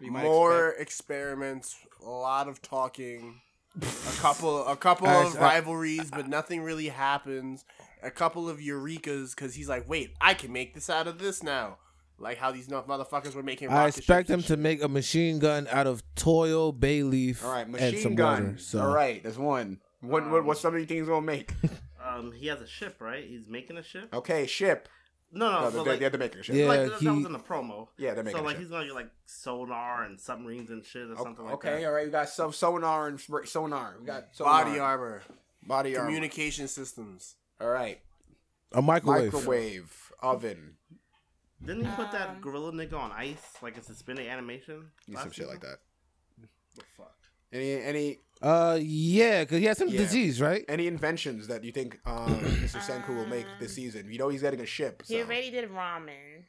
B: You might
E: More
B: expect-
E: experiments, a lot of talking, a couple, a couple
C: All right,
E: of
C: so I-
E: rivalries, but nothing really happens. A couple of eureka's because he's like, wait, I can make this out of this now. Like how these North motherfuckers were making.
C: I
E: rocket
C: expect
E: ships
C: him
E: and
C: to make a machine gun out of toil, bay leaf,
B: All right,
C: and some
B: machine gun.
C: water. So
B: All right, there's one. What what what some of you things gonna make?
F: Um, he has a ship, right? He's making a ship.
B: Okay, ship.
F: No, no,
B: No,
F: but
B: they,
F: Oh, like,
B: they had to make a ship.
C: Yeah,
F: like that, that was
C: he-
F: in the promo.
B: Yeah, they're making a
F: So like
B: ship.
F: he's gonna do like sonar and submarines and shit or
B: O-
F: something like
B: okay,
F: that.
B: all right. We got so, sonar and fr- sonar. We got sonar.
E: Body armor,
B: Body armor.
E: communication systems.
B: all right.
C: a microwave.
B: Microwave, oven,
F: Didn't he put that
D: Um,
F: gorilla nigga on ice like a suspended animation?
B: and
F: last
B: some shit
F: season?
B: like that.
F: The fuck.
B: Any any
H: Uh, yeah, because he has some
G: Yeah.
H: disease, right?
G: Any inventions that you think um, Mr. Senku will make this season? You know he's getting a ship.
D: He
G: So.
D: already did ramen.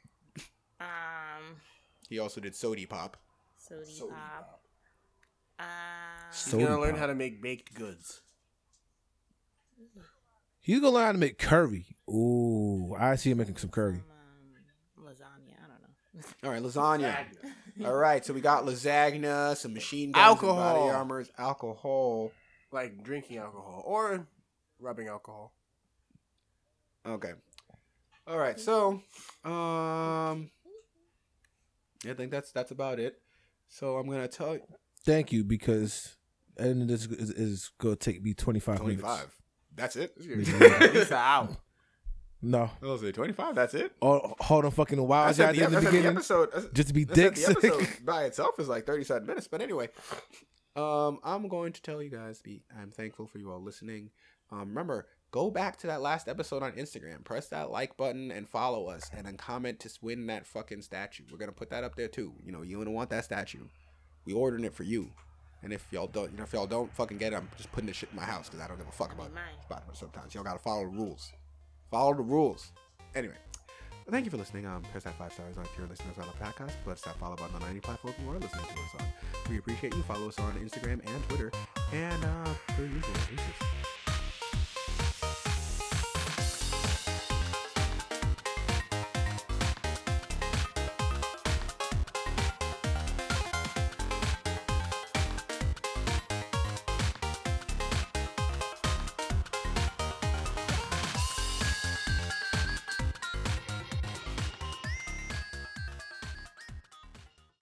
D: Um,
G: He also did Sody Pop.
D: soda pop. Um,
E: He's gonna learn how to make baked goods.
H: He's gonna learn how to make curry.
C: Ooh, I see him making some curry.
D: um, lasagna. I don't know.
G: All right, lasagna. All right, so we got lasagna, some machine guns,
E: Alcohol.
G: and body armors, alcohol.
E: Like drinking alcohol or rubbing alcohol.
G: Okay. All right. So, um, I think that's that's about it. So I'm gonna tell you
C: Thank you, because editing this is, is gonna take me twenty five minutes.
G: 25. That's it.
E: It's an hour.
C: No,
G: I was like 25. That's it.
C: oh, hold on, fucking wild
G: That's
C: I
G: at
C: did at the
G: that's at
C: beginning,
G: episode. That's,
C: just to be
G: that's at
C: dicks.
G: the episode by itself is like 37 minutes. But anyway, um, I'm going to tell you guys. The, I'm thankful for you all listening. Um, remember, go back to that last episode on Instagram. Press that like button and follow us, and then comment to win that fucking statue. We're gonna put that up there too. You know, you gonna want that statue. We ordering it for you. And if y'all don't, you know, if y'all don't fucking get it, I'm just putting this shit in my house because I don't give a fuck about
D: Mine.
G: Spotify. Sometimes y'all gotta follow the rules. Follow the rules. Anyway, thank you for listening. Um, press that five stars on if you're listening to us on a podcast. Press that follow button on any platform you are listening to us on. We appreciate you. Follow us on Instagram and Twitter, and uh, per usual, peace.